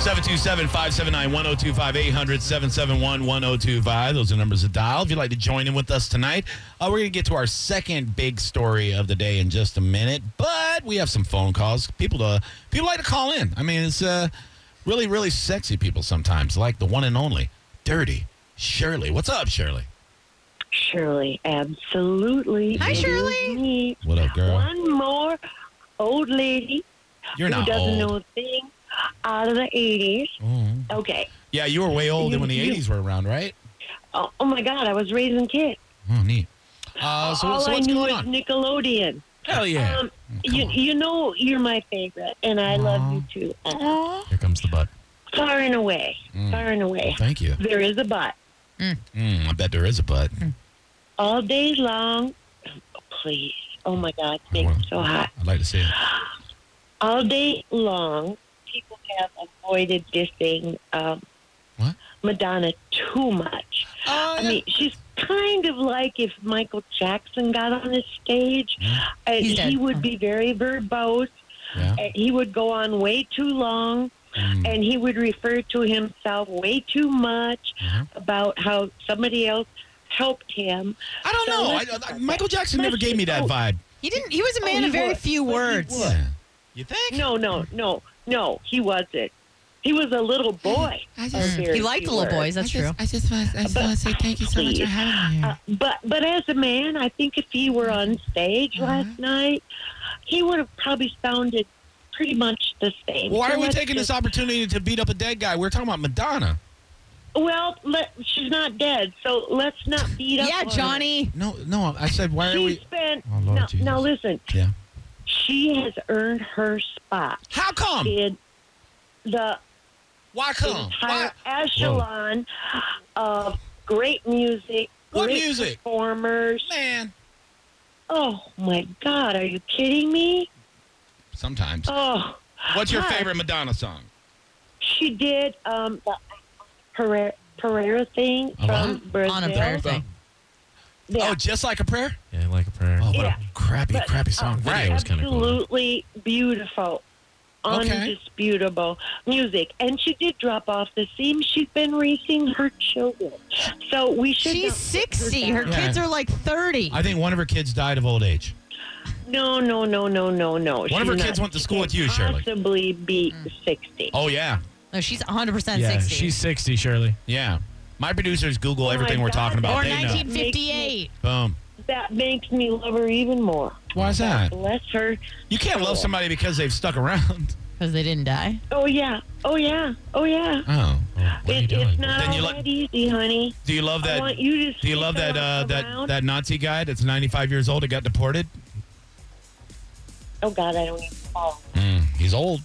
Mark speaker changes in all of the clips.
Speaker 1: Seven two seven five seven nine one zero two five eight hundred seven seven one one zero two five. Those are numbers to dial. If you'd like to join in with us tonight, uh, we're going to get to our second big story of the day in just a minute. But we have some phone calls. People to people like to call in. I mean, it's uh, really really sexy people sometimes, like the one and only Dirty Shirley. What's up, Shirley?
Speaker 2: Shirley, absolutely.
Speaker 3: Hi,
Speaker 2: It is
Speaker 3: Shirley.
Speaker 2: me.
Speaker 1: What up, girl?
Speaker 2: One more old lady
Speaker 1: You're
Speaker 2: who
Speaker 1: not
Speaker 2: doesn't
Speaker 1: old.
Speaker 2: know a thing out of the 80s.
Speaker 1: Oh.
Speaker 2: Okay.
Speaker 1: Yeah, you were way older when the
Speaker 2: You- you-
Speaker 1: '80s were around, right?
Speaker 2: Oh, oh my God, I was raising kids.
Speaker 1: Oh, neat. Uh, so,
Speaker 2: All
Speaker 1: so
Speaker 2: I
Speaker 1: what's
Speaker 2: knew
Speaker 1: going on?
Speaker 2: was Nickelodeon.
Speaker 1: Hell yeah!
Speaker 2: Um,
Speaker 1: come
Speaker 2: you,
Speaker 1: on.
Speaker 2: you know you're my favorite, and I love you too. Uh,
Speaker 1: Here comes the butt.
Speaker 2: far and away,
Speaker 1: Mm.
Speaker 2: far and away.
Speaker 1: Thank you.
Speaker 2: There is a but.
Speaker 1: Mm, I bet there is a butt.
Speaker 2: All day long, oh, please. Oh my God, it makes me so hot.
Speaker 1: I'd like to see it.
Speaker 2: all day long, people have avoided dissing um,
Speaker 1: What?
Speaker 2: Madonna too much.
Speaker 1: Oh,
Speaker 2: Uh, I mean, she's kind of like if Michael Jackson got on the stage,
Speaker 1: Yeah.
Speaker 2: and
Speaker 3: He's
Speaker 2: he
Speaker 3: dead.
Speaker 2: would be very verbose,
Speaker 1: yeah.
Speaker 2: and he would go on way too long,
Speaker 1: Mm.
Speaker 2: and he would refer to himself way too much
Speaker 1: Mhm.
Speaker 2: about how somebody else helped him.
Speaker 1: I don't
Speaker 2: So
Speaker 1: know. I,
Speaker 2: let's-
Speaker 1: I, Michael Jackson never gave me that
Speaker 2: Oh.
Speaker 1: vibe.
Speaker 3: He didn't. He was a man
Speaker 2: he
Speaker 3: of very
Speaker 2: would.
Speaker 3: few
Speaker 2: But he
Speaker 3: words.
Speaker 2: would.
Speaker 1: You think?
Speaker 2: No, no, no, no, he wasn't. He was a little boy.
Speaker 4: I
Speaker 2: Or
Speaker 4: just,
Speaker 2: very
Speaker 3: Mm. He liked
Speaker 2: few
Speaker 3: little
Speaker 2: words.
Speaker 3: boys. That's
Speaker 4: I
Speaker 3: true.
Speaker 4: just, I just want, I just
Speaker 2: But-
Speaker 4: want to say thank you so much
Speaker 2: please.
Speaker 4: for having me. Here.
Speaker 2: Uh, but but as a man, I think if he were on stage
Speaker 4: Uh-huh.
Speaker 2: last night, he would have probably sounded pretty much the same.
Speaker 1: Why
Speaker 2: So
Speaker 1: are we
Speaker 2: let's
Speaker 1: taking this
Speaker 2: just-
Speaker 1: opportunity to beat up a dead guy? We're talking about Madonna.
Speaker 2: Well, let, she's not dead, so let's not beat up.
Speaker 3: yeah,
Speaker 2: on her.
Speaker 3: Johnny.
Speaker 1: No, no. I said, why are
Speaker 2: She
Speaker 1: we?
Speaker 2: spent.
Speaker 1: Oh, Lord
Speaker 2: now,
Speaker 1: Jesus.
Speaker 2: now listen.
Speaker 1: Yeah.
Speaker 2: She has earned her spot
Speaker 1: How come?
Speaker 2: in the
Speaker 1: Why come? Why?
Speaker 2: entire echelon of great music.
Speaker 1: What
Speaker 2: great
Speaker 1: music?
Speaker 2: Performers.
Speaker 1: Man.
Speaker 2: Oh my God! Are you kidding me?
Speaker 1: Sometimes.
Speaker 2: Oh.
Speaker 1: What's your
Speaker 2: hi.
Speaker 1: favorite Madonna song?
Speaker 2: She did um, the Pereira, Pereira thing
Speaker 1: Uh-huh. A what?
Speaker 2: from Brazil.
Speaker 3: On a prayer thing.
Speaker 2: Yeah.
Speaker 1: Oh, just like a prayer.
Speaker 5: Yeah, like a prayer.
Speaker 1: Oh, what
Speaker 2: Yeah.
Speaker 1: a crappy,
Speaker 2: But,
Speaker 1: crappy
Speaker 2: uh,
Speaker 1: song.
Speaker 5: Right.
Speaker 1: Right.
Speaker 5: was kinda cool.
Speaker 2: Absolutely beautiful.
Speaker 1: Okay.
Speaker 2: Undisputable music, and she did drop off the scene. She's been raising her children, so we should.
Speaker 3: She's
Speaker 2: not put
Speaker 3: 60. Her
Speaker 2: down.
Speaker 1: Yeah.
Speaker 3: kids are like 30.
Speaker 1: I think one of her kids died of old age.
Speaker 2: no, no, no, no, no, no.
Speaker 1: One of her
Speaker 2: She's
Speaker 1: kids
Speaker 2: not-
Speaker 1: went to
Speaker 2: she
Speaker 1: school
Speaker 2: can't
Speaker 1: with you, Shirley.
Speaker 2: Possibly be sixty.
Speaker 1: Oh yeah,
Speaker 3: no, she's 100%
Speaker 5: yeah,
Speaker 3: 60.
Speaker 5: she's 60, Shirley.
Speaker 1: yeah. My producers Google
Speaker 2: Oh my
Speaker 1: everything we're
Speaker 2: God.
Speaker 1: talking about.
Speaker 3: or
Speaker 1: they know.
Speaker 3: 1958.
Speaker 1: Boom.
Speaker 2: That makes me love her even more.
Speaker 1: Why is that?
Speaker 2: Bless her.
Speaker 1: You can't love somebody because they've stuck around.
Speaker 3: Because they didn't die.
Speaker 2: Oh yeah. Oh yeah. Oh yeah.
Speaker 1: Oh.
Speaker 5: What are you
Speaker 2: It,
Speaker 5: doing?
Speaker 2: it's not
Speaker 1: Then
Speaker 2: all
Speaker 1: you let-
Speaker 2: that easy, honey.
Speaker 1: Do you love
Speaker 2: I
Speaker 1: that?
Speaker 2: want you to.
Speaker 1: Do you love that uh, that that Nazi guy that's 95 years old that got deported?
Speaker 2: Oh God, I don't even follow.
Speaker 1: Mm, he's old.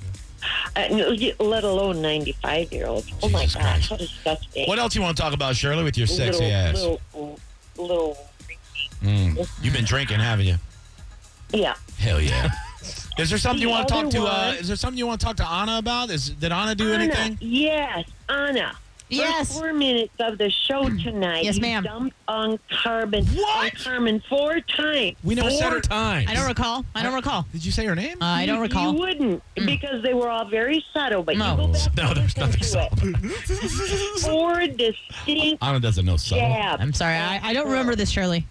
Speaker 2: Uh, no, you- let alone ninety-five year olds. Oh my
Speaker 1: Jesus
Speaker 2: God,
Speaker 1: Christ.
Speaker 2: how disgusting!
Speaker 1: What else you want to talk about, Shirley, with your sexy
Speaker 2: little,
Speaker 1: ass?
Speaker 2: Little, little,
Speaker 1: Mm. You've been drinking, haven't you?
Speaker 2: yeah.
Speaker 1: Hell yeah. is there something you
Speaker 2: The
Speaker 1: want to talk to?
Speaker 2: other
Speaker 1: Uh,
Speaker 2: one-
Speaker 1: is there something you want to talk to Anna about? Is did Anna do
Speaker 2: Anna,
Speaker 1: anything?
Speaker 2: Yes, Anna.
Speaker 3: Yes.
Speaker 2: First four minutes of the show tonight.
Speaker 3: Yes,
Speaker 2: you
Speaker 3: ma'am.
Speaker 2: Dumped on Carmen.
Speaker 1: What?
Speaker 2: On Carmen four times.
Speaker 1: We never
Speaker 5: Four
Speaker 1: said her.
Speaker 5: times.
Speaker 3: I don't recall. I don't recall.
Speaker 1: Did you say her name?
Speaker 3: Uh, I don't
Speaker 2: You-
Speaker 3: recall.
Speaker 2: You wouldn't
Speaker 1: Hmm.
Speaker 2: because they were all very subtle. But
Speaker 3: No.
Speaker 2: you
Speaker 1: Oh.
Speaker 2: go back
Speaker 5: No,
Speaker 2: and
Speaker 5: there's
Speaker 2: listen
Speaker 5: nothing
Speaker 2: to
Speaker 5: subtle.
Speaker 2: It. Four distinct
Speaker 1: Anna doesn't know subtle.
Speaker 2: jabs.
Speaker 3: I'm sorry. I, I don't remember this, Shirley.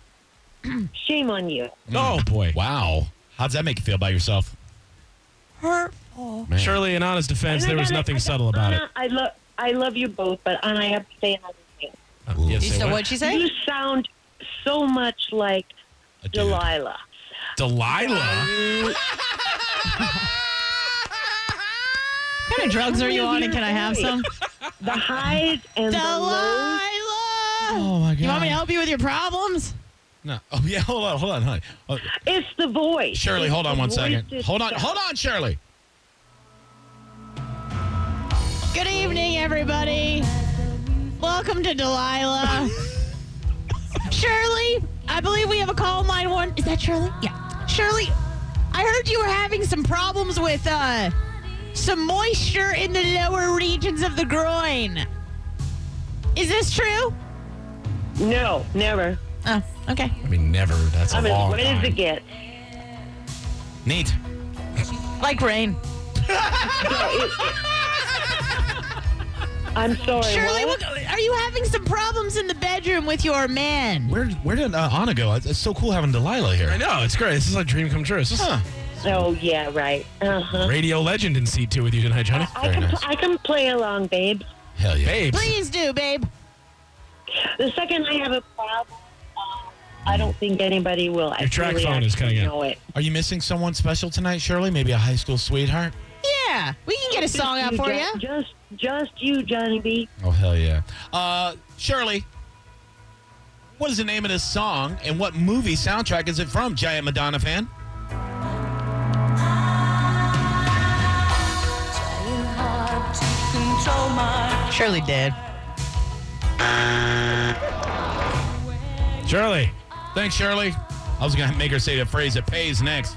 Speaker 2: Shame on you.
Speaker 5: Oh, boy.
Speaker 1: Hmm. Wow. How does that make you feel about yourself?
Speaker 3: Hurtful.
Speaker 1: Man.
Speaker 5: Shirley, in honest defense,
Speaker 2: And I
Speaker 5: there was
Speaker 2: gotta-
Speaker 5: nothing
Speaker 2: I-
Speaker 5: subtle about it.
Speaker 2: Anna, I love I love you both, but Anna, I have to say another thing.
Speaker 1: Ooh.
Speaker 5: Yeah, say
Speaker 3: So
Speaker 5: what?
Speaker 3: what'd she say?
Speaker 2: You sound so much like
Speaker 1: A dude.
Speaker 2: Delilah.
Speaker 5: Delilah?
Speaker 3: What kind of drugs are you on and can I have some?
Speaker 2: The highs and the lows.
Speaker 3: Delilah!
Speaker 1: Oh my god.
Speaker 3: You want me to help you with your problems?
Speaker 1: No. Oh yeah. Hold on. Hold on. Honey. Oh,
Speaker 2: It's the voice.
Speaker 1: Shirley,
Speaker 2: It's
Speaker 1: hold on
Speaker 2: the
Speaker 1: one
Speaker 2: voice
Speaker 1: second. Hold on.
Speaker 2: itself.
Speaker 1: Hold on, Shirley.
Speaker 3: Good evening. everybody. Welcome to Delilah. Shirley, I believe we have a call on line one. Is that Shirley? Yeah. Shirley, I heard you were having some problems with uh, some moisture in the lower regions of the groin. Is this true?
Speaker 2: No, never.
Speaker 3: Oh, okay.
Speaker 5: I mean, never. That's a
Speaker 2: I'm as
Speaker 5: long
Speaker 2: wet
Speaker 5: time.
Speaker 2: as it gets.
Speaker 1: Neat.
Speaker 3: Like rain.
Speaker 2: I'm sorry.
Speaker 3: Shirley,
Speaker 2: what?
Speaker 3: what, are you having some problems in the bedroom with your man?
Speaker 1: Where where did uh, Anna go? It's, it's so cool having Delilah
Speaker 5: I
Speaker 1: here.
Speaker 5: know. It's great. This is a dream come true. This is
Speaker 1: Huh.
Speaker 2: Oh yeah, right. Uh huh.
Speaker 5: radio legend in seat two with you tonight, Johnny.
Speaker 2: I
Speaker 1: Very
Speaker 2: can
Speaker 1: nice.
Speaker 2: I can play along, babe.
Speaker 1: Hell yeah.
Speaker 5: Babes.
Speaker 3: Please do, babe.
Speaker 2: The second I have a problem, um, I don't think anybody will. I
Speaker 5: Your track
Speaker 2: really
Speaker 5: phone is
Speaker 2: actually
Speaker 5: cutting out.
Speaker 2: know it.
Speaker 1: Are you missing someone special tonight, Shirley? Maybe a high school sweetheart?
Speaker 3: Yeah, we can get a song out
Speaker 2: Just
Speaker 3: for
Speaker 2: you,
Speaker 3: you.
Speaker 2: Jo- Just just you, Johnny B.
Speaker 1: Oh hell yeah. Uh, Shirley, what is the name of this song and what movie soundtrack is it from? Giant Madonna fan.
Speaker 3: Shirley did.
Speaker 5: Shirley.
Speaker 1: Thanks, Shirley. I was gonna make her say the phrase "It pays" next.